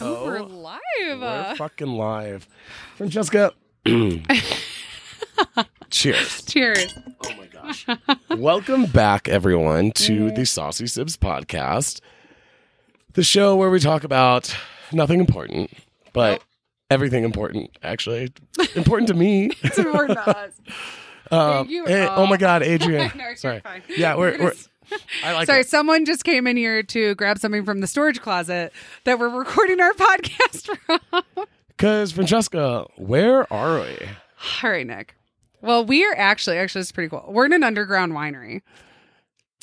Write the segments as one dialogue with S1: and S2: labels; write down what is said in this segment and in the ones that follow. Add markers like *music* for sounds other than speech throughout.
S1: Oh.
S2: *laughs* fucking live.
S1: *laughs*
S2: Francesca. Cheers.
S1: *laughs* Cheers.
S2: Oh my gosh. Welcome back, everyone, to the Saucy Sibs podcast, the show where we talk about nothing important, but everything important, actually. Important
S1: *laughs*
S2: to me.
S1: It's important to us.
S2: Um,
S1: you
S2: hey,
S1: are-
S2: oh
S1: *laughs*
S2: my God, Adrian.
S1: No, you're
S2: Sorry.
S1: fine.
S2: Yeah,
S1: We're
S2: we're,
S1: gonna
S2: we're
S1: s-
S2: I like
S1: Sorry,
S2: it.
S1: someone just came in here to grab something from the storage closet that we're recording our *laughs* podcast from. *laughs*
S2: Because, Francesca, where are we?
S1: All right, Nick. Well, we are actually actually it's pretty cool. We're in an underground winery.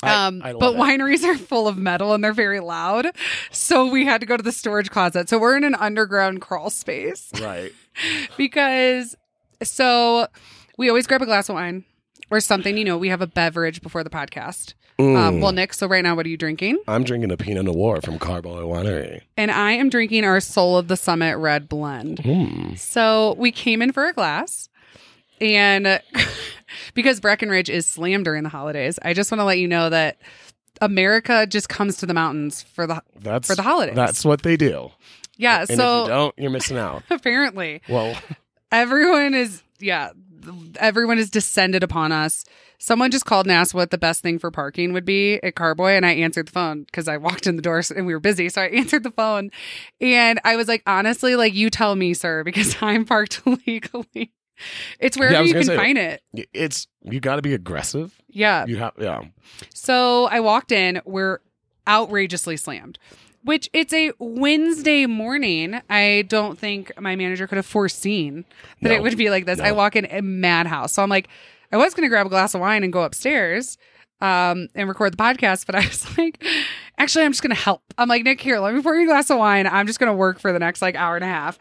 S2: I-
S1: um,
S2: I love
S1: but
S2: it.
S1: wineries are full of metal and they're very loud, so we had to go to the storage closet. So we're in an underground crawl space
S2: Right.
S1: because so we always grab a glass of wine or something. You know, we have a beverage before the podcast. *laughs*
S2: Hmm.
S1: Um, well, Nick, so right now, what are you drinking?
S2: Mm. I'm drinking a Pinot Noir from Carboy Winery.
S1: And I am drinking our Soul of the Summit Red Blend.
S2: Hmm.
S1: So we came in for a glass. And *laughs* uh, because Breckenridge is slammed during the holidays, I just want to let you know that America just comes to the mountains for the
S2: That's
S1: For the holidays.
S2: That's what they do.
S1: yeah.
S2: And if you
S1: so
S2: don't, you're missing out.
S1: *laughs* apparently,
S2: Well,
S1: everyone is yeah, th- everyone is descended upon us. Someone just called and asked what the best thing for parking would be at Carboy, and I answered the phone because I walked in the door and we were busy, so I *laughs* answered the phone, and I was like, honestly, like you tell me, sir, *laughs* because I'm parked illegally. It's wherever
S2: was
S1: you can
S2: gonna say-
S1: find it.
S2: y- it's you got to be aggressive.
S1: Yeah.
S2: You have yeah.
S1: So I walked in, we're outrageously slammed, which it's a Wednesday morning. I don't think my manager could have foreseen that
S2: No.
S1: it would be like this.
S2: No.
S1: I walk in a madhouse. So I'm like, I was going to grab a glass of wine and go upstairs um, and record the podcast, but I was *laughs* like, actually, I'm just going to help. I'm like, Nick, here, let me pour you a glass of wine. I'm just going to work for the next like hour and a half.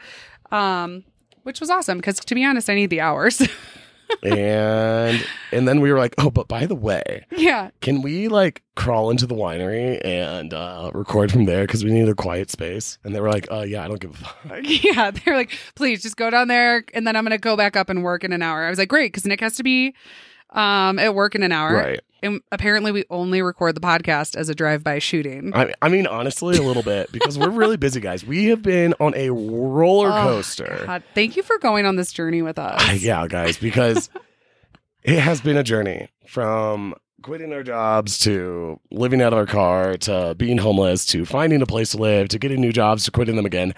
S1: Um, which was awesome because to be honest, I need the hours. *laughs*
S2: and and then we were like, oh, but by the way,
S1: yeah.
S2: can we like crawl into the winery and uh, record from there because we need a quiet space? And they were like, uh, yeah, I don't give a fuck.
S1: *laughs* Yeah, they're like, please just go down there, and then I'm gonna go back up and work in an hour. I was like, great, because Nick has to be um at work in an hour.
S2: Right.
S1: And apparently, we only record the podcast as a drive-by shooting.
S2: I, I mean, honestly, a little bit because we're really busy, guys. We have been on a roller
S1: Oh,
S2: coaster.
S1: God, thank you for going on this journey with us.
S2: I- yeah, guys,
S1: *laughs*
S2: because it has been a journey from quitting our jobs to living out of our car to being homeless to finding a place to live to getting new jobs to quitting them again.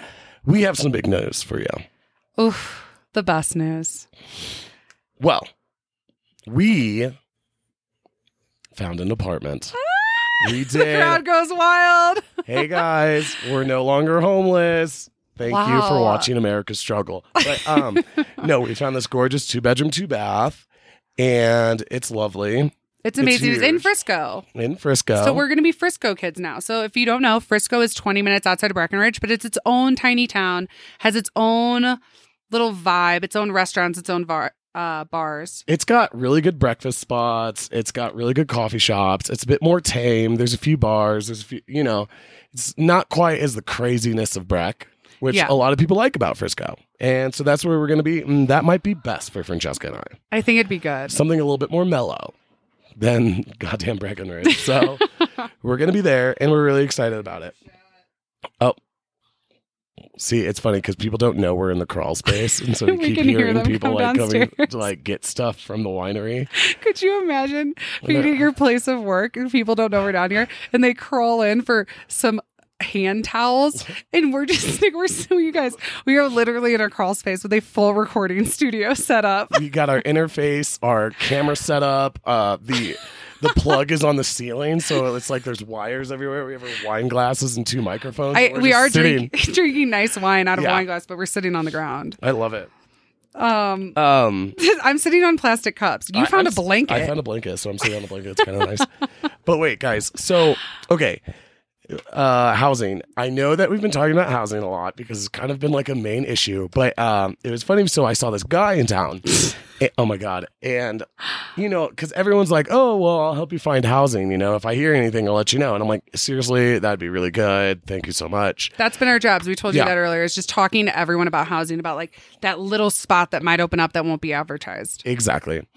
S2: We have some big news for you.
S1: Oof, the best news.
S2: Well, we found an apartment.
S1: *laughs*
S2: We
S1: The Ah! crowd
S2: did.
S1: goes wild.
S2: hey guys, we're no longer homeless. Thank you for
S1: Wow.
S2: watching America Struggle. But um
S1: *laughs*
S2: no, we found this gorgeous two bedroom, two bath, and it's lovely.
S1: It's amazing. It's, in
S2: huge.
S1: Frisco.
S2: in Frisco.
S1: So we're going to be Frisco kids now. So if you don't know, Frisco is 20 minutes outside of Breckenridge, but it's its own tiny town, has its own little vibe, its own restaurants, its own var- uh, bars.
S2: it's got really good breakfast spots. It's got really good coffee shops. It's a bit more tame. There's a few bars. There's a few, you know, it's not quite as the craziness of Breck, which
S1: Yeah.
S2: a lot of people like about Frisco. And so that's where we're going to be. And that might be best for Francesca and I.
S1: I think it'd be good.
S2: Something a little bit more mellow than *laughs* goddamn Breckenridge.
S1: *laughs*
S2: So we're going to be there and we're really excited about it. Oh. See, it's funny because people don't know we're in the crawl space,
S1: *laughs*
S2: and so we,
S1: We
S2: keep
S1: can hear
S2: hearing
S1: them
S2: people
S1: come
S2: like coming to
S1: downstairs.
S2: like get stuff from the winery.
S1: Could you imagine being
S2: They're-
S1: at your place of work and people don't know we're down here and they crawl in for some hand
S2: *laughs*
S1: towels and we're just *laughs* like we're so you guys we are literally in a crawl space with a full recording studio set up
S2: we got our interface, our camera setup. Uh, the the plug is on the ceiling, so it's like there's wires everywhere. We have our wine glasses and two microphones.
S1: I,
S2: We're
S1: we
S2: just
S1: are
S2: sitting.
S1: drink, *laughs* drinking nice wine out of
S2: Yeah.
S1: a wine glass but we're sitting on the ground
S2: I love it.
S1: um *laughs*
S2: Um,
S1: I'm sitting on plastic cups. You
S2: I-
S1: found
S2: I'm
S1: a
S2: s-
S1: blanket.
S2: I found a blanket, so I'm sitting on a blanket. It's kind of nice. *laughs* But wait, guys. So okay. Uh, housing. I know that we've been talking about housing a lot because it's kind of been like a main issue. But um, it was funny. So I saw this guy in
S1: *laughs*
S2: town. Eh, oh my god! And you know, because everyone's like, "Oh, well, I'll help you find housing." You know, if I hear anything, I'll let you know. And I'm like, seriously, that'd be really good. Thank you so much.
S1: That's been our jobs. We told you
S2: Yeah.
S1: that earlier. It's just talking to everyone about housing, about like that little spot that might open up that won't be advertised.
S2: Exactly.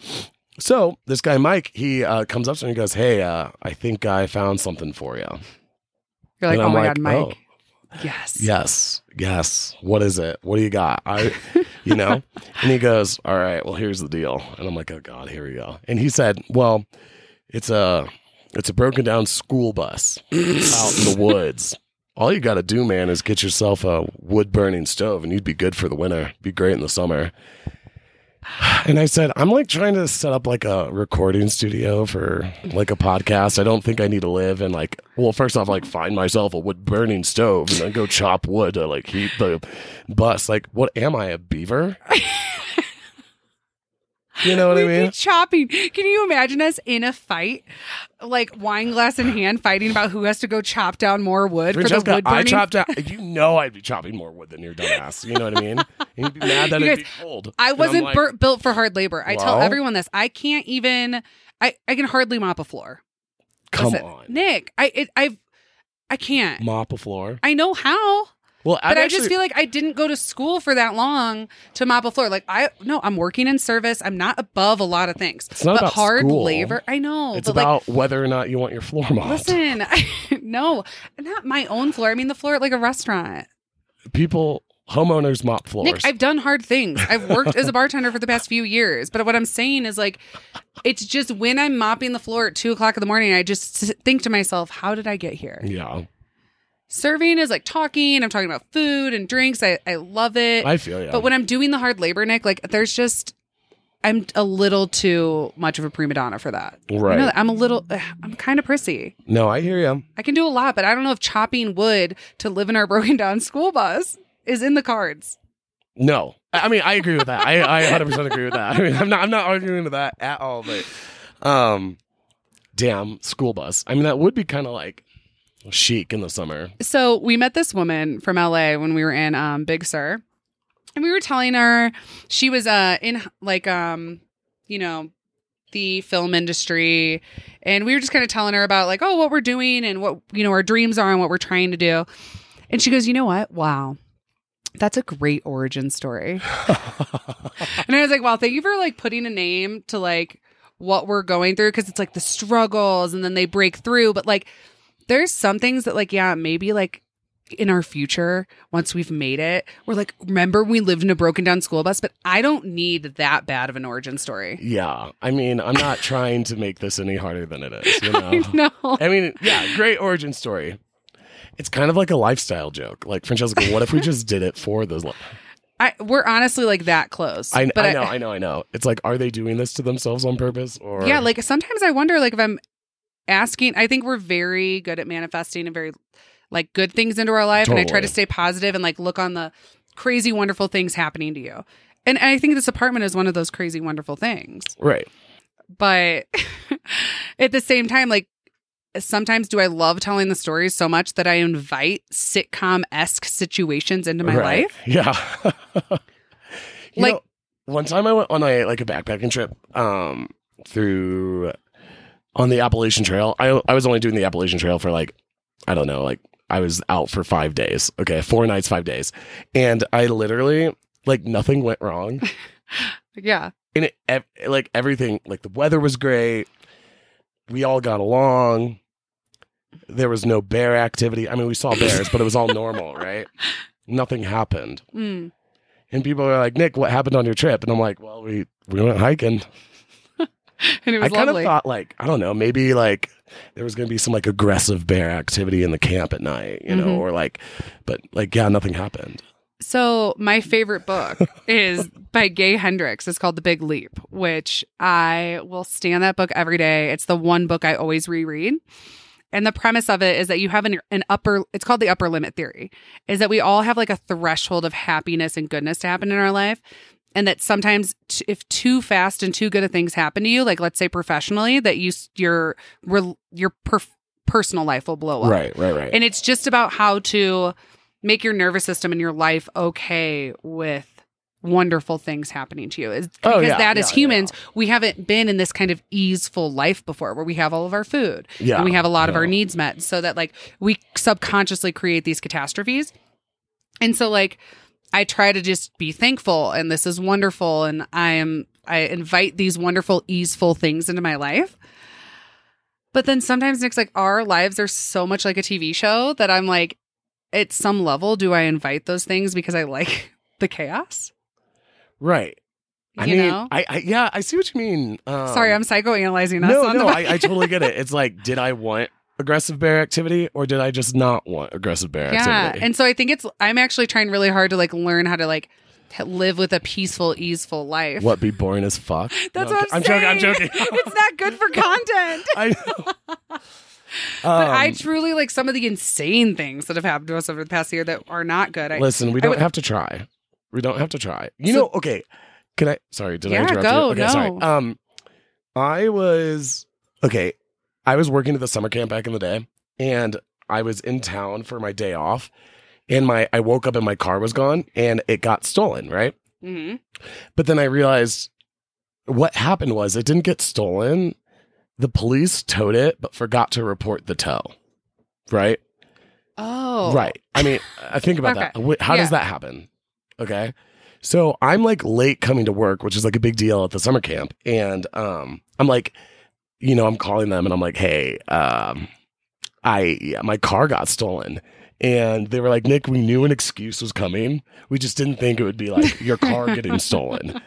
S2: So this guy Mike, he uh, comes up to me and goes, "Hey, uh, I think I found something for you."
S1: You're like,
S2: And
S1: oh
S2: I'm
S1: my
S2: like,
S1: God,
S2: oh.
S1: Mike. Yes.
S2: Yes. yes, what is it? What do you got? I, you know? and he goes, all right, well, here's the deal. And I'm like, oh God, here we go. And he said, well, it's a, it's a broken down school bus out in the woods. All you got to do, man, is get yourself a wood burning stove and you'd be good for the winter. Be great in the summer. And I said, I'm like trying to set up like a recording studio for like a podcast. I don't think I need to live and like, well, first off, like find myself a wood burning stove and then go chop wood to like heat the bus. Like, what am I, a beaver? *laughs* you know what I
S1: We'd be
S2: mean?
S1: chopping. Can you imagine us in a fight, like wine glass in hand, fighting about who has to go chop down more wood for
S2: Francesca,
S1: the wood burning?
S2: I chopped out. You know, I'd be chopping more wood than your dumbass. You know what I mean? And you'd be mad that
S1: You
S2: it'd
S1: guys,
S2: be cold.
S1: I
S2: And I'm
S1: wasn't
S2: like,
S1: bur- built for hard labor. I tell
S2: Well.
S1: everyone this. I can't even. I I can hardly mop a floor.
S2: Come
S1: Listen,
S2: on,
S1: Nick. I it, I I can't.
S2: mop a floor.
S1: I know how,
S2: Well,
S1: but
S2: I've
S1: i
S2: actually,
S1: just feel like I didn't go to school for that long to mop a floor. Like I no, I'm working in service. I'm not above a lot of things.
S2: It's not
S1: but
S2: about
S1: hard
S2: school.
S1: labor. I know.
S2: it's
S1: but like
S2: about whether or not you want your floor mopped.
S1: Listen, *laughs* I, no, not my own floor. I mean the floor at like a restaurant.
S2: People, homeowners mop floors.
S1: Nick, I've done hard things. I've worked
S2: *laughs*
S1: as a bartender for the past few years, but what I'm saying is like, it's just when I'm mopping the floor at two o'clock in the morning, I just s- think to myself, how did I get here?
S2: yeah,
S1: Serving is like talking. I'm talking about food and drinks. I, I love it.
S2: I feel you.
S1: But when I'm doing the hard labor, Nick, like there's just I'm a little too much of a prima donna for that.
S2: right?
S1: You know, I'm a little, ugh, I'm kind of prissy.
S2: no, I hear you.
S1: I can do a lot, but I don't know if chopping wood to live in our *laughs* broken down school bus is in the cards.
S2: No, I I mean I agree with
S1: *laughs*
S2: that. I, I 100% agree with that. I mean I'm not I'm not arguing with that at all. But um, damn school bus. I mean that would be kind of like chic in
S1: *laughs*
S2: the summer.
S1: So we met this woman from LA when we were in um, Big Sur, and we were telling her she was uh, in like um, you know the film industry, and we were just kind of telling her about like oh what we're doing and what you know our dreams are and what we're trying to do, and she goes you know what wow. That's a great origin story. and I was like, wow, thank you for like putting a name to like what we're going through because it's like the struggles and then they break through. But like, there's some things that like, yeah, maybe like in our future, once we've made it, we're like, remember we lived in a broken down school bus, but I don't need that bad of an origin story. *laughs*
S2: Yeah, I mean, I'm not trying to make this any harder than it is. You know?
S1: *laughs* I know.
S2: I mean, yeah, great origin story. It's kind of like a lifestyle joke. Like Francesca, what
S1: *laughs*
S2: if we just did it for those? Li-
S1: I, we're honestly like that close.
S2: I,
S1: but
S2: I know, I know, I know. It's like, are they doing this to themselves on purpose? Or
S1: yeah, like sometimes I wonder like if I'm asking, I think we're very good at manifesting and very like good things into our life. And I try to
S2: Totally.
S1: stay positive and like look on the crazy, wonderful things happening to you. And I think this apartment is one of those crazy, wonderful things.
S2: right?
S1: but *laughs* at the same time like sometimes do i love telling the stories so much that i invite sitcom-esque situations into my
S2: Right.
S1: life
S2: Yeah. *laughs* You
S1: Like-
S2: know, one time I went on a like a backpacking trip um through on the Appalachian Trail. I I was only doing the Appalachian Trail for like I don't know, like I was out for 5 days. Okay, 4 nights, 5 days. And I literally like nothing
S1: *laughs*
S2: went wrong.
S1: yeah
S2: And it ev- like everything like the weather was great. We all got along. There was no bear activity. I mean, we saw bears, but it was all
S1: *laughs*
S2: normal, right? Nothing happened.
S1: Mm. *laughs*
S2: And people are like, Nick, what happened on your trip? And I'm like, well, we, we went hiking.
S1: and it
S2: I
S1: was
S2: kind of
S1: lovely
S2: thought like, I don't know, maybe like there was going to be some like aggressive bear activity in the camp at night, you know,
S1: Mhm.
S2: or like, but like, yeah, nothing happened.
S1: so my favorite book is by gay hendricks it's called the big leap which i will stand that book every day it's the one book i always reread and the premise of it is that you have an, an upper it's called the upper limit theory is that we all have like a threshold of happiness and goodness to happen in our life and that sometimes t- if too fast and too good of things happen to you like let's say professionally that you s- your rel- your perf- personal life will blow up
S2: right, right, right.
S1: and it's just about how to make your nervous system and your life okay with wonderful things happening to you. Is
S2: Oh,
S1: because
S2: yeah,
S1: that as
S2: yeah,
S1: humans, we haven't been in this kind of easeful life before where we have all of our food
S2: yeah.
S1: and we have a lot of
S2: no.
S1: our needs met so that like we subconsciously create these catastrophes. And so like I try to just be thankful and this is wonderful and I am I invite these wonderful easeful things into my life. But then sometimes Nick's like our lives are so much like a TV show that I'm like at some level do I invite those things because I like *laughs* the chaos?
S2: Right. I
S1: you
S2: mean,
S1: know?
S2: I, I yeah, I see what you mean. Um,
S1: Sorry, I'm psychoanalyzing us.
S2: no,
S1: on
S2: no,
S1: the
S2: I, I totally
S1: *laughs*
S2: get it. It's like, did I want aggressive bear activity or did I just not want aggressive bear
S1: yeah
S2: activity?
S1: and so i think it's i'm actually trying really hard to like learn how to like h- live with a peaceful easeful life
S2: what be boring as fuck?
S1: *laughs* that's
S2: No,
S1: what i'm,
S2: joking.
S1: saying
S2: I'm joking. I'm
S1: *laughs*
S2: joking.
S1: it's not
S2: *laughs*
S1: good for content
S2: I know.
S1: *laughs* but i
S2: Um,
S1: truly like some of the insane things that have happened to us over the past year that are not good I,
S2: listen, we don't
S1: would-
S2: have to try. We don't have to try. You
S1: So-
S2: know, okay. Can I sorry, did I
S1: Yeah,
S2: interrupt
S1: go,
S2: you? Okay, sorry.
S1: no.
S2: Um I was okay. I was working at the summer camp back in the day and I was in town for my day off and my I woke up and my car was gone and it got stolen, right?
S1: Mhm.
S2: But then I realized what happened was it didn't get stolen. The police towed it, but forgot to report the tow. Right?
S1: oh
S2: Right. I mean, I think
S1: *laughs*
S2: about that. Wh- How does
S1: Yeah.
S2: that happen? Okay. So I'm like late coming to work, which is like a big deal at the summer camp. And um, I'm like, you know, I'm calling them and I'm like, hey, um, I yeah, my car got stolen. And they were like, Nick, we knew an excuse was coming. We just didn't think it would be like your car getting stolen.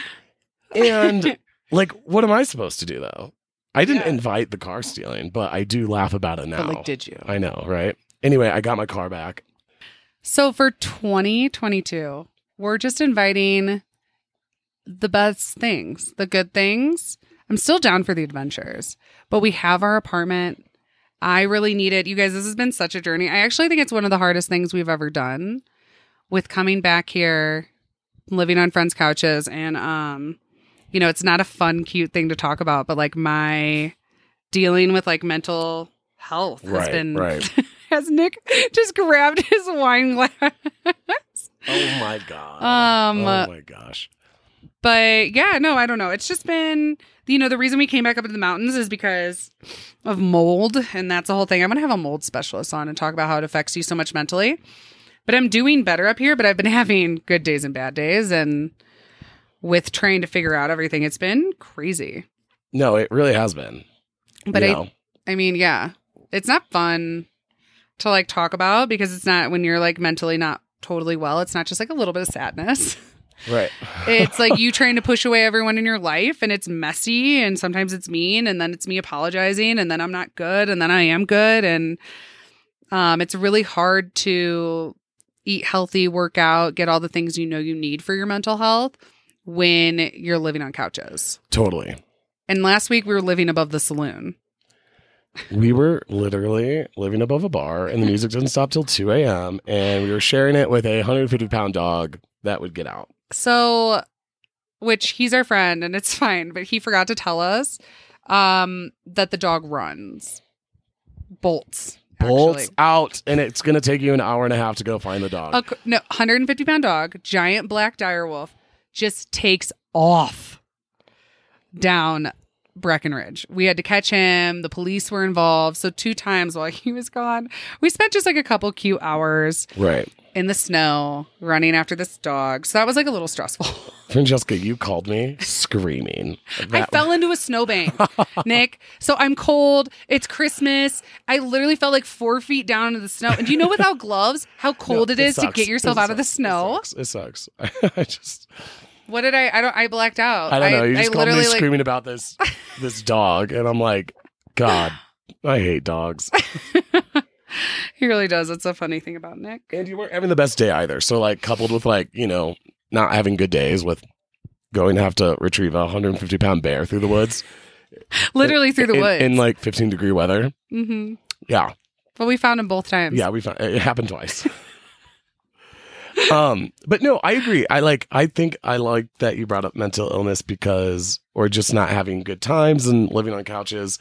S1: *laughs*
S2: And like, what am I supposed to do though? I didn't
S1: Yeah.
S2: invite the car stealing, but I do laugh about it now.
S1: but like did you
S2: I know, right? Anyway, I got my car back.
S1: so for 2022 we're just inviting the best things the good things i'm still down for the adventures but we have our apartment i really need it you guys this has been such a journey i actually think it's one of the hardest things we've ever done with coming back here living on friends couches and um you know it's not a fun cute thing to talk about but like my dealing with like mental health has
S2: Right,
S1: been
S2: right.
S1: *laughs* has nick just grabbed his wine glass
S2: Oh my god.
S1: Um,
S2: oh my gosh.
S1: but yeah, no, I don't know. It's just been, you know, the reason we came back up into the mountains is because of mold, and that's the whole thing. I'm gonna have a mold specialist on and talk about how it affects you so much mentally. But I'm doing better up here, but I've been *laughs* having good days and bad days, and with trying to figure out everything, it's been crazy.
S2: No, it really has been.
S1: But
S2: you
S1: I,
S2: know.
S1: I mean, yeah, it's not fun to like talk about because it's not when you're like mentally not totally well. It's not just like a little bit of sadness.
S2: right.
S1: It's like you trying to push away everyone in your life, and it's messy, and sometimes it's mean, and then it's me apologizing, and then I'm not good, and then I am good, and um, it's really hard to eat healthy, work out, get all the things you know you need for your mental health when you're living on couches.
S2: *laughs* totally.
S1: And last week we were living above the saloon.
S2: We were literally living above a bar, and the music didn't stop till two a.m. And we were sharing it with a hundred fifty pound dog that would get out.
S1: So, which he's our friend and it's *laughs* fine, but he forgot to tell us um, that the dog runs, bolts, actually.
S2: Bolts out, and it's gonna take you an hour and a half to go find the dog.
S1: A, cr- no, 150 pound dog, giant black dire wolf, just takes off down Breckenridge. We had to catch him. The police were involved. So, two times while *laughs* he was gone, we spent just like a couple cute hours
S2: Right,
S1: in the snow running after this dog. So, that was like a little stressful. *laughs*
S2: Francesca, you called me screaming.
S1: I fell into a
S2: *laughs*
S1: snowbank, Nick. So I'm cold. It's Christmas. I literally fell like four feet down into the snow. And do you know without *laughs* gloves how cold it is to
S2: sucks.
S1: get yourself
S2: It
S1: out of the
S2: sucks.
S1: snow?
S2: It sucks. It sucks. *laughs* I just.
S1: What did I? I don't. I blacked out.
S2: I don't know. You just called me
S1: literally like.
S2: screaming about this
S1: *laughs*
S2: this dog, and I'm like, God, I hate dogs.
S1: He really does. That's a funny thing about Nick.
S2: and you weren't having the best day either. So like, coupled with like, you know, not having good days with going to have to retrieve a 150 pound bear through the woods,
S1: Literally *laughs* through the
S2: in,
S1: woods.
S2: in like 15 degree weather.
S1: mm-hmm.
S2: Yeah,
S1: But we found him both times.
S2: yeah, we found it happened twice. *laughs* um, but no, I agree. I like. I think I like that you brought up mental illness because, or just not having good times and living on couches.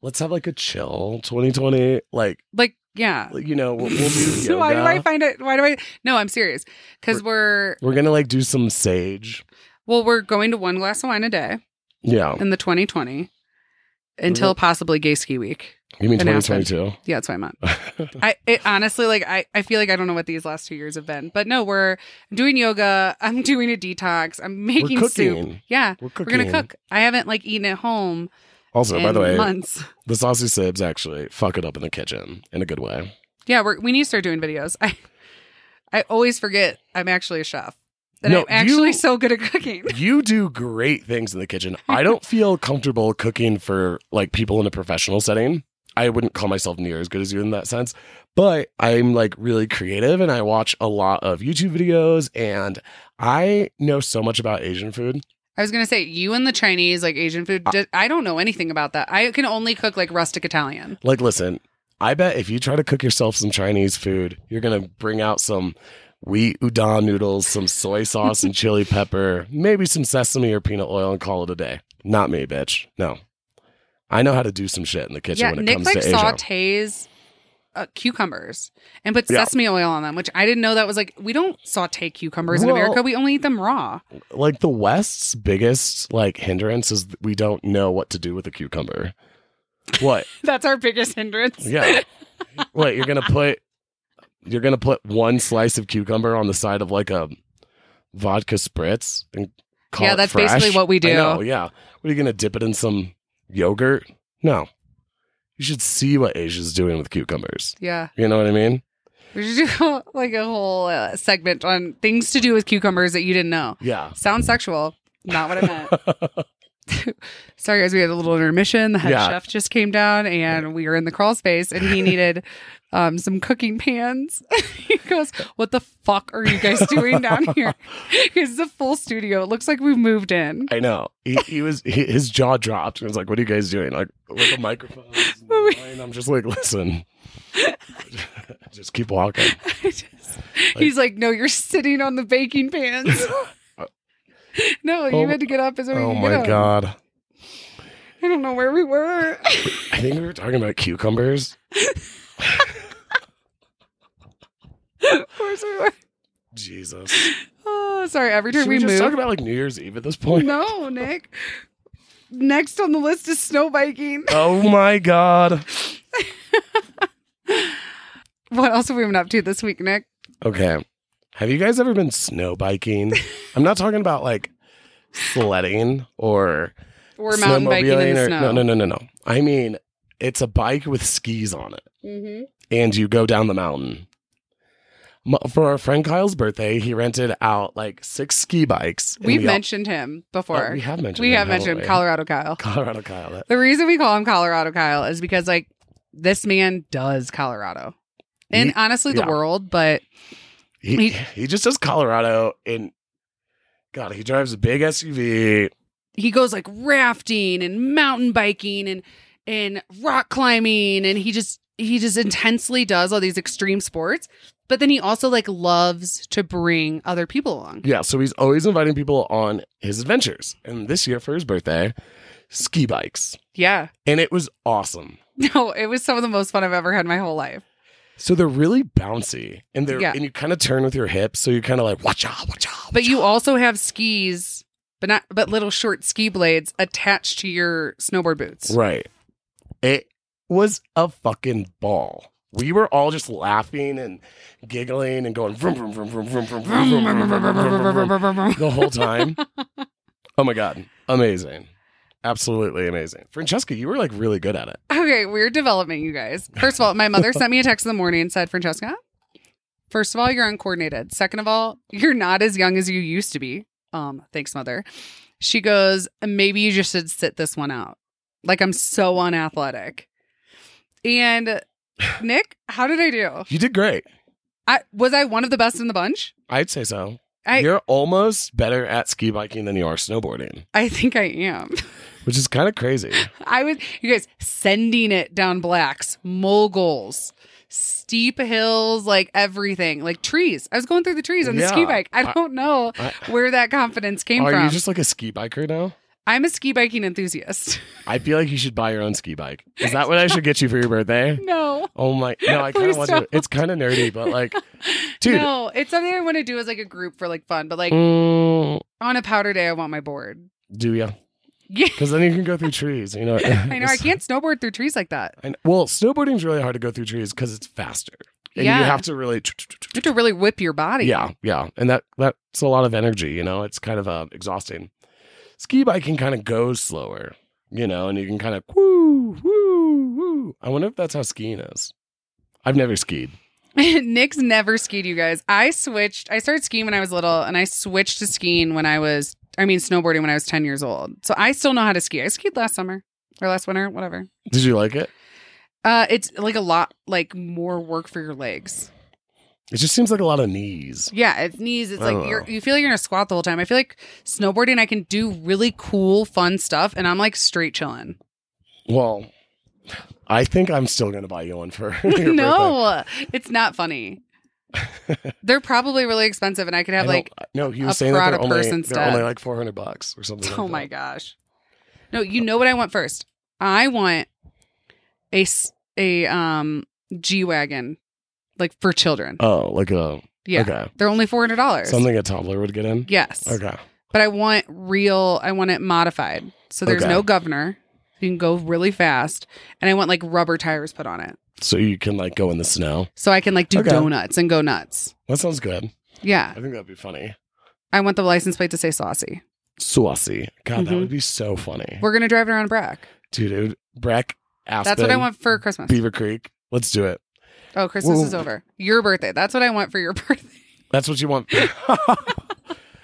S2: Let's have like a chill 2020, like.
S1: Like yeah.
S2: you know, we'll,
S1: *laughs*
S2: we'll do yoga.
S1: why do I find it? Why do I? No, I'm serious. Because we're
S2: We're gonna like do some sage.
S1: well, we're going to one glass of wine a day
S2: Yeah,
S1: in the 2020 until
S2: Mm-hmm.
S1: possibly Gay Ski Week.
S2: you mean
S1: An
S2: twenty twenty two?
S1: Yeah, that's what I
S2: *laughs*
S1: meant. I it, honestly like I, I feel like I don't know what these last two years have been. But no, we're doing yoga. I'm *laughs* doing a detox. I'm making
S2: We're
S1: soup.
S2: cooking.
S1: Yeah,
S2: We're cooking.
S1: we're gonna cook. I haven't like eaten at home
S2: Also, by
S1: in
S2: the way,
S1: months.
S2: the saucy sibs actually fuck it up in the kitchen in a good way.
S1: Yeah, we're, we need to start doing videos. *laughs* I I always forget I'm actually a chef. And
S2: No,
S1: I'm actually
S2: you-
S1: so good at cooking.
S2: *laughs* You do great things in the kitchen. I don't feel comfortable cooking for like people in a professional setting. I wouldn't call myself near as good as you in that sense, but I'm like really creative and I watch a lot of YouTube videos and I know so much about Asian food.
S1: I was gonna say you and the Chinese, like Asian food.
S2: I-
S1: di- I don't know anything about that. I can only cook like rustic Italian.
S2: Like, listen, I bet if you try to cook yourself some Chinese food, you're going to bring out some wheat udon noodles, some soy sauce
S1: *laughs*
S2: and chili pepper, maybe some sesame or peanut oil and call it a day. Not me, bitch. No. I know how to do some shit in the kitchen
S1: Yeah,
S2: when it
S1: Nick
S2: comes
S1: like
S2: to Asia.
S1: sautés uh, cucumbers and puts
S2: Yeah.
S1: sesame oil on them, which I didn't know that was like we don't saute cucumbers in
S2: Well-
S1: America. We only eat them raw. *laughs*
S2: like the West's biggest like hindrance is we don't know what to do with a cucumber. What?
S1: That's our biggest hindrance.
S2: Yeah. what you're gonna put? You're gonna put one slice of cucumber on the side of like a vodka spritz and call
S1: Yeah,
S2: it
S1: that's
S2: fresh?
S1: basically what we
S2: I
S1: do.
S2: know, yeah. What are you gonna dip it in some yogurt? No. You should see what Asia's doing with cucumbers.
S1: Yeah.
S2: You know what I mean?
S1: We should do *laughs* like a whole uh, segment on things to do with cucumbers that you didn't know.
S2: Yeah.
S1: Sounds sexual. Not what I meant.
S2: *laughs*
S1: Sorry, guys. We had a little intermission. The head
S2: Yeah.
S1: chef just came down and we were in the crawl space and
S2: *laughs*
S1: he needed um, some cooking pans. *laughs* he goes, What the fuck are you guys doing down
S2: *laughs*
S1: here? it's a full studio. It looks like we've moved in. *laughs*
S2: I know. He, he was he, his jaw dropped. He was like, "What are you guys doing?" Like with a microphone.
S1: *laughs*
S2: and I'm just like, "Listen, *laughs* just keep walking."
S1: I just- he's like, No, you're sitting on the baking
S2: *laughs*
S1: pans. *laughs* no,
S2: Oh-
S1: you had to get up as we
S2: oh
S1: could
S2: my
S1: get up.
S2: god!
S1: I don't know where we were. *laughs*
S2: I think we were talking about cucumbers.
S1: of course we were.
S2: Jesus.
S1: Oh, sorry. Every time
S2: Should we,
S1: we,
S2: just
S1: move.
S2: talk about like New Year's Eve at this point?
S1: no, Nick. Next on the list is snow biking.
S2: *laughs* Oh my god.
S1: What else have we been up to this week, Nick?
S2: Okay. Have you guys ever been
S1: *laughs*
S2: snow biking? I'm not talking about like sledding or
S1: We're mountain biking in the
S2: snowmobiling or-
S1: snow.
S2: No, no, no, no, no. I mean, it's a bike with skis on it.
S1: Mm-hmm.
S2: and you go down the mountain. M- For our friend Kyle's birthday, he rented out like six ski bikes. and
S1: We've
S2: we all-
S1: mentioned him
S2: Oh,
S1: before.
S2: we have mentioned.
S1: we
S2: him,
S1: have mentioned
S2: haven't we?
S1: him, Colorado Kyle.
S2: Colorado Kyle. that-
S1: The reason we call him Colorado Kyle is because, like, this man does Colorado. And
S2: Ye-
S1: honestly, the
S2: yeah.
S1: world, but
S2: He,
S1: He-
S2: he just does Colorado, and God, he drives a big SUV.
S1: he goes like rafting and mountain biking and and rock climbing and he just he just intensely does all these extreme sports but then he also like loves to bring other people along
S2: Yeah, so he's always inviting people on his adventures. And this year for his birthday, ski bikes,
S1: yeah
S2: and it was awesome.
S1: no it was some of the most fun i've ever had in my whole life
S2: So they're really bouncy, and they're
S1: Yeah.
S2: and you kind of turn with your hips, so you're kind of like watch out, watch out.
S1: but you also have skis but not but little short ski blades attached to your snowboard boots
S2: Right. It was a fucking ball. We were all just laughing and giggling and going vroom vroom vroom vroom vroom vroom vroom vroom vroom vroom vroom vroom vroom vroom the
S1: *laughs*
S2: whole time. Oh my god, amazing. Absolutely amazing. Francesca, you were like really good at it.
S1: Okay, weird development, you guys. First of all, my mother sent me a text in the morning and said, Francesca, first of all, you're uncoordinated. Second of all, you're not as young as you used to be. Um, thanks, mother. She goes, maybe you just should sit this one out. Like I'm so unathletic. And Nick, how did I do?
S2: You did great.
S1: I was I one of the best in the bunch?
S2: I'd say so.
S1: I-
S2: You're almost better at ski biking than you are snowboarding,
S1: I think I am.
S2: which is kind of crazy.
S1: I was you guys sending it down blacks, moguls, steep hills, like everything, like trees. I was going through the trees on the ski
S2: Yeah.
S1: bike. I
S2: I-
S1: don't know
S2: I-
S1: where that confidence came
S2: Are
S1: from.
S2: you just like a ski biker now?
S1: I'm a ski biking enthusiast. *laughs*
S2: I feel like you should buy your own ski bike. Is that what I should get you for your birthday?
S1: no.
S2: Oh my! No, I kind
S1: Please
S2: of want to.
S1: don't.
S2: It's kind of nerdy, but
S1: *laughs*
S2: like, dude,
S1: No, it's something I want to do as like a group for like fun, but like
S2: mm,
S1: on a powder day I want my board. *laughs*
S2: do ya? *laughs*
S1: Yeah.
S2: Because then you can go through trees. You know.
S1: *laughs* I
S2: *laughs*
S1: know I can't snowboard through trees like that.
S2: And, well, snowboarding's really hard to go through trees because it's faster, and
S1: Yeah.
S2: you have to really.
S1: You have to really whip your body.
S2: Yeah, yeah, and that that's a lot of energy. You know, it's kind of uh, exhausting. Ski biking kind of goes slower. You know, and you can kind of woo, woo, woo. I wonder if that's how skiing is. I've never skied.
S1: *laughs* Nick's never skied, you guys. I switched. I started skiing when I was little, and I switched to skiing when I was, I mean, snowboarding when I was 10 years old. So I still know how to ski. I skied last summer or last winter, whatever.
S2: Did you like it?
S1: Uh, it's like a lot, like more work for your legs.
S2: It just seems like a lot of knees.
S1: Yeah, it's knees. It's
S2: I
S1: like
S2: don't
S1: you're,
S2: know.
S1: you feel like you're gonna squat the whole time. I feel like snowboarding, I can do really cool, fun stuff, and I'm like straight chilling.
S2: Well, I think I'm still gonna buy you one for *laughs* your birthday.
S1: *laughs* no, it's not funny. They're probably really expensive, and I could
S2: I
S1: have
S2: don't-
S1: like,
S2: no, he
S1: a
S2: was saying that they're
S1: Prada
S2: only,
S1: person
S2: they're
S1: stud.
S2: only like four hundred bucks or something.
S1: *laughs* oh
S2: like
S1: my
S2: that.
S1: gosh. No, you know what I want first. I want a s- a um G wagon, like for children.
S2: Oh, like a
S1: yeah,
S2: okay,
S1: they're only four hundred dollars.
S2: something a toddler would get in.
S1: Yes.
S2: Okay,
S1: But I want real, I want it modified. So there's
S2: Okay.
S1: no governor. You can go really fast. And I want like rubber tires put on it.
S2: so you can like go in the snow.
S1: So I can like do
S2: Okay.
S1: donuts and go nuts.
S2: That sounds good. I
S1: Yeah.
S2: think that'd be funny.
S1: I want the license plate to say saucy.
S2: Saucy. God, that
S1: Mhm.
S2: would be so funny.
S1: We're going to drive it around Brack.
S2: Dude, it would, Breck, Aspen,
S1: That's what I want for Christmas.
S2: Beaver Creek. Let's do it.
S1: Oh, Christmas
S2: Whoa.
S1: is over. Your birthday. That's what I want for your *laughs* birthday.
S2: That's what you want.
S1: *laughs*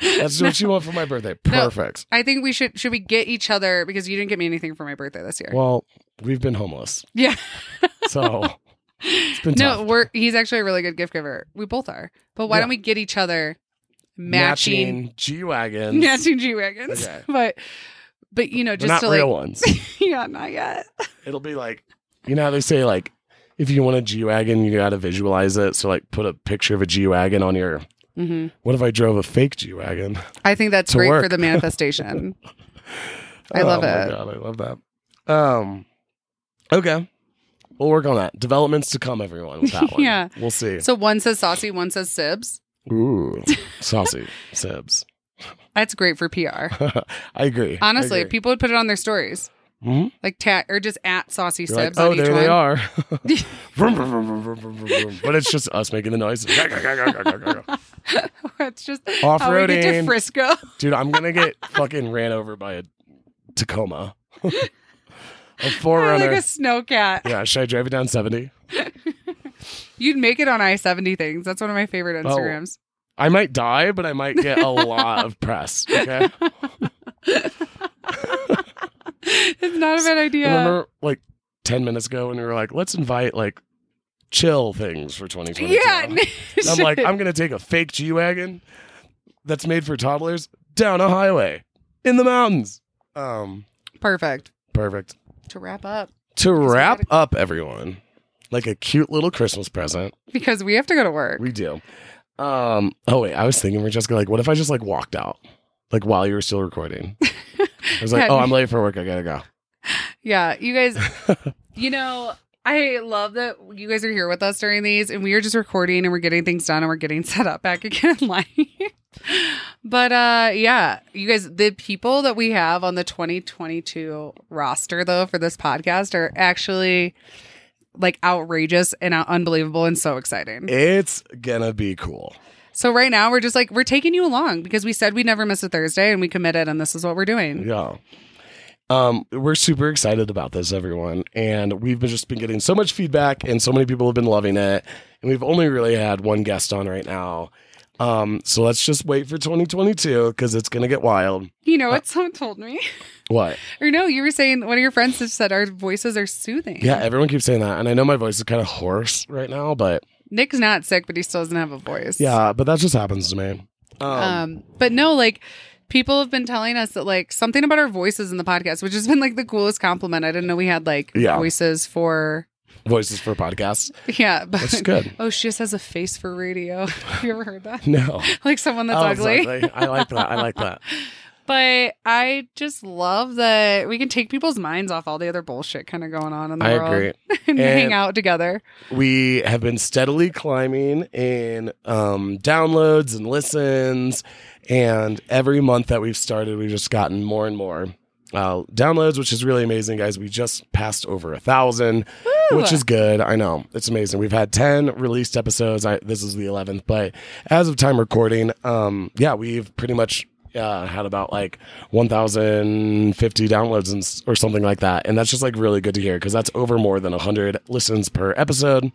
S2: That's
S1: No.
S2: what you want for my birthday.
S1: No.
S2: Perfect.
S1: I think we should, should we get each other because you didn't get me anything for my birthday this year.
S2: Well, we've been homeless.
S1: yeah.
S2: *laughs* So it's been
S1: *laughs* no,
S2: tough.
S1: we're, he's actually a really good gift giver. We both are. But why
S2: Yeah.
S1: don't we get each other *laughs* matching *laughs*
S2: G Wagons.
S1: matching G wagons,
S2: Okay.
S1: *laughs* but but you know,
S2: They're
S1: just
S2: not
S1: to
S2: real
S1: *laughs* like,
S2: ones.
S1: yeah, not yet.
S2: It'll be like, you know how they say, like, if you want a G Wagon, you got to visualize it. So, like, put a picture of a G Wagon on your.
S1: Mm-hmm.
S2: What if I drove a fake G Wagon?
S1: I think that's
S2: To
S1: great for
S2: work.
S1: the manifestation.
S2: *laughs*
S1: I love
S2: oh
S1: it.
S2: My God, I love that. Um, okay, we'll work on that. Developments to come, everyone.
S1: *laughs*
S2: With that one,
S1: Yeah.
S2: we'll see.
S1: so one says saucy, one says sibs.
S2: Ooh, saucy *laughs* sibs.
S1: That's great for PR.
S2: I agree.
S1: Honestly,
S2: *laughs* I agree.
S1: people would put it on their stories,
S2: Mhm.
S1: like tat or just at saucy
S2: You're like,
S1: sibs. on
S2: oh,
S1: each
S2: there
S1: one. *laughs*
S2: they are. *laughs* Vroom, vroom, vroom, vroom, vroom, vroom, vroom. but it's just us making the noise. *laughs*
S1: *laughs* it's just how we get to
S2: Off-roading.
S1: Frisco. *laughs*
S2: Dude, I'm gonna get fucking ran over by a Tacoma, *laughs*
S1: *laughs*
S2: a
S1: like
S2: forerunner.
S1: a snowcat.
S2: yeah, should I drive it down seventy?
S1: You'd make it on I seventy things. That's one of my favorite
S2: Oh.
S1: Instagrams. *laughs*
S2: I might die, but I might get a lot of press. Okay.
S1: It's not a bad idea.
S2: Remember, like ten minutes ago, when we were like, "Let's invite like chill things for 2022."
S1: yeah,
S2: And
S1: *laughs*
S2: I'm like, I'm gonna take a fake G wagon that's made for toddlers down a highway in the mountains. Um,
S1: perfect.
S2: perfect.
S1: To wrap up,
S2: To
S1: we
S2: wrap up, everyone, like a cute little Christmas present,
S1: because we have to go to work.
S2: we do. Um, oh wait, I was thinking, Francesca, like, what if I just like walked out, like while you were
S1: *laughs*
S2: still recording? I was like,
S1: Yeah.
S2: oh, I'm late for work. I gotta go.
S1: Yeah, you guys, you know, I love that you guys are here with us during these, and we are just recording and we're getting things done and we're getting *laughs* set up back again live. but uh yeah, you guys, the people that we have on the 2022 roster though for this podcast are actually like outrageous and uh, unbelievable and so exciting.
S2: It's gonna be cool.
S1: So right now we're just like we're taking you along because we said we never miss a Thursday and we committed and this is what we're doing.
S2: Yeah. Um, we're super excited about this, everyone, and we've been just been getting so much feedback, and so many people have been loving it, and we've only really had one guest on right now. Um, so let's just wait for 2022 because it's gonna get wild.
S1: You know what someone told me?
S2: What?
S1: Or no, you were saying one of your friends just said our voices are soothing.
S2: Yeah, everyone keeps saying that, and I know my voice is kind of hoarse right now, but
S1: Nick's not sick, but he still doesn't have a voice.
S2: yeah, but that just happens to me. Um,
S1: Um, but no, like people have been telling us that like something about our voices in the podcast, which has been like the coolest compliment. I didn't know we had like
S2: Yeah.
S1: voices for
S2: voices for podcasts.
S1: yeah, but *laughs*
S2: That's good.
S1: oh, she just has a face for radio. *laughs* have you ever heard
S2: *laughs*
S1: that?
S2: No,
S1: Like someone that's
S2: Oh, it's
S1: ugly.
S2: I like that. I like that.
S1: But I just love that we can take people's minds off all the other bullshit kind of going on in the
S2: I
S1: world
S2: agree.
S1: *laughs* and hang
S2: And-
S1: out together.
S2: we have been steadily climbing in um, downloads and listens and every month that we've started we've just gotten more and more uh, downloads which is really amazing guys we just passed over a thousand which is good i know it's amazing we've had 10 released episodes I, this is the 11th but as of time recording um, yeah we've pretty much uh, had about like 1050 downloads and, s- or something like that and that's just like really good to hear because that's over more than 100 listens per episode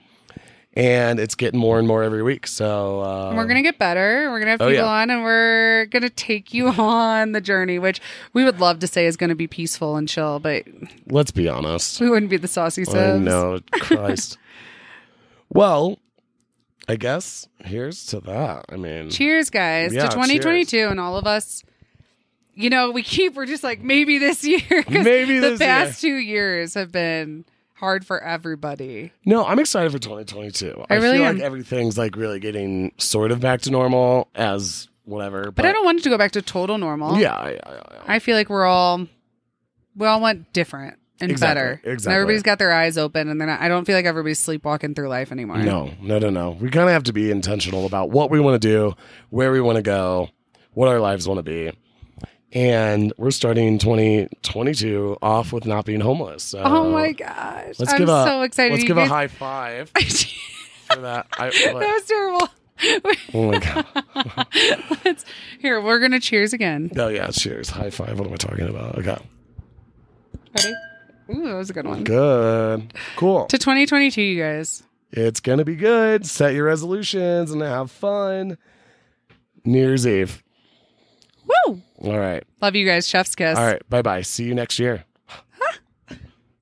S2: and it's getting more and more every week. So uh,
S1: And we're gonna get better. We're gonna have
S2: Oh,
S1: people
S2: yeah.
S1: on, and we're gonna take you *laughs* on the journey, which we would love to say is gonna be peaceful and chill, but
S2: let's be honest.
S1: we wouldn't be the saucy
S2: I
S1: subs.
S2: know, *laughs* Christ. well, I guess here's to that. I mean,
S1: Cheers, guys,
S2: Yeah,
S1: to 2022, and all of us. You know, we keep we're just like maybe this *laughs* year. 'cause
S2: Maybe
S1: the
S2: this
S1: past two years have been hard for everybody.
S2: No, I'm excited for 2022.
S1: I really
S2: feel
S1: am.
S2: like everything's like really getting sort of back to normal as whatever. But,
S1: But I don't want it to go back to total normal.
S2: Yeah, I, I, I,
S1: I feel like we're all we all want different and
S2: Exactly,
S1: better. And
S2: exactly.
S1: everybody's got their eyes open, and they're not. I don't feel like everybody's sleepwalking through life anymore.
S2: no, no, no, no. We kind of have to be intentional about what we want to do, where we want to go, what our lives want to be. And we're starting 2022 off with not being homeless. So
S1: Oh my gosh!
S2: Let's
S1: I'm
S2: give a,
S1: so excited.
S2: Let's
S1: You
S2: give a
S1: guys-
S2: high five for that.
S1: *laughs*
S2: I,
S1: that
S2: what?
S1: was terrible.
S2: Oh my god.
S1: *laughs* Let's- Here, we're gonna cheers again.
S2: Oh yeah, cheers. High five. What am I talking about? Okay.
S1: Ready? Ooh, that was a good one.
S2: Good. Cool.
S1: To 2022, you guys.
S2: It's gonna be good. Set your resolutions and have fun. New Year's Eve.
S1: Woo!
S2: All right.
S1: Love you guys. Chef's kiss.
S2: All right. Bye bye. See you next year.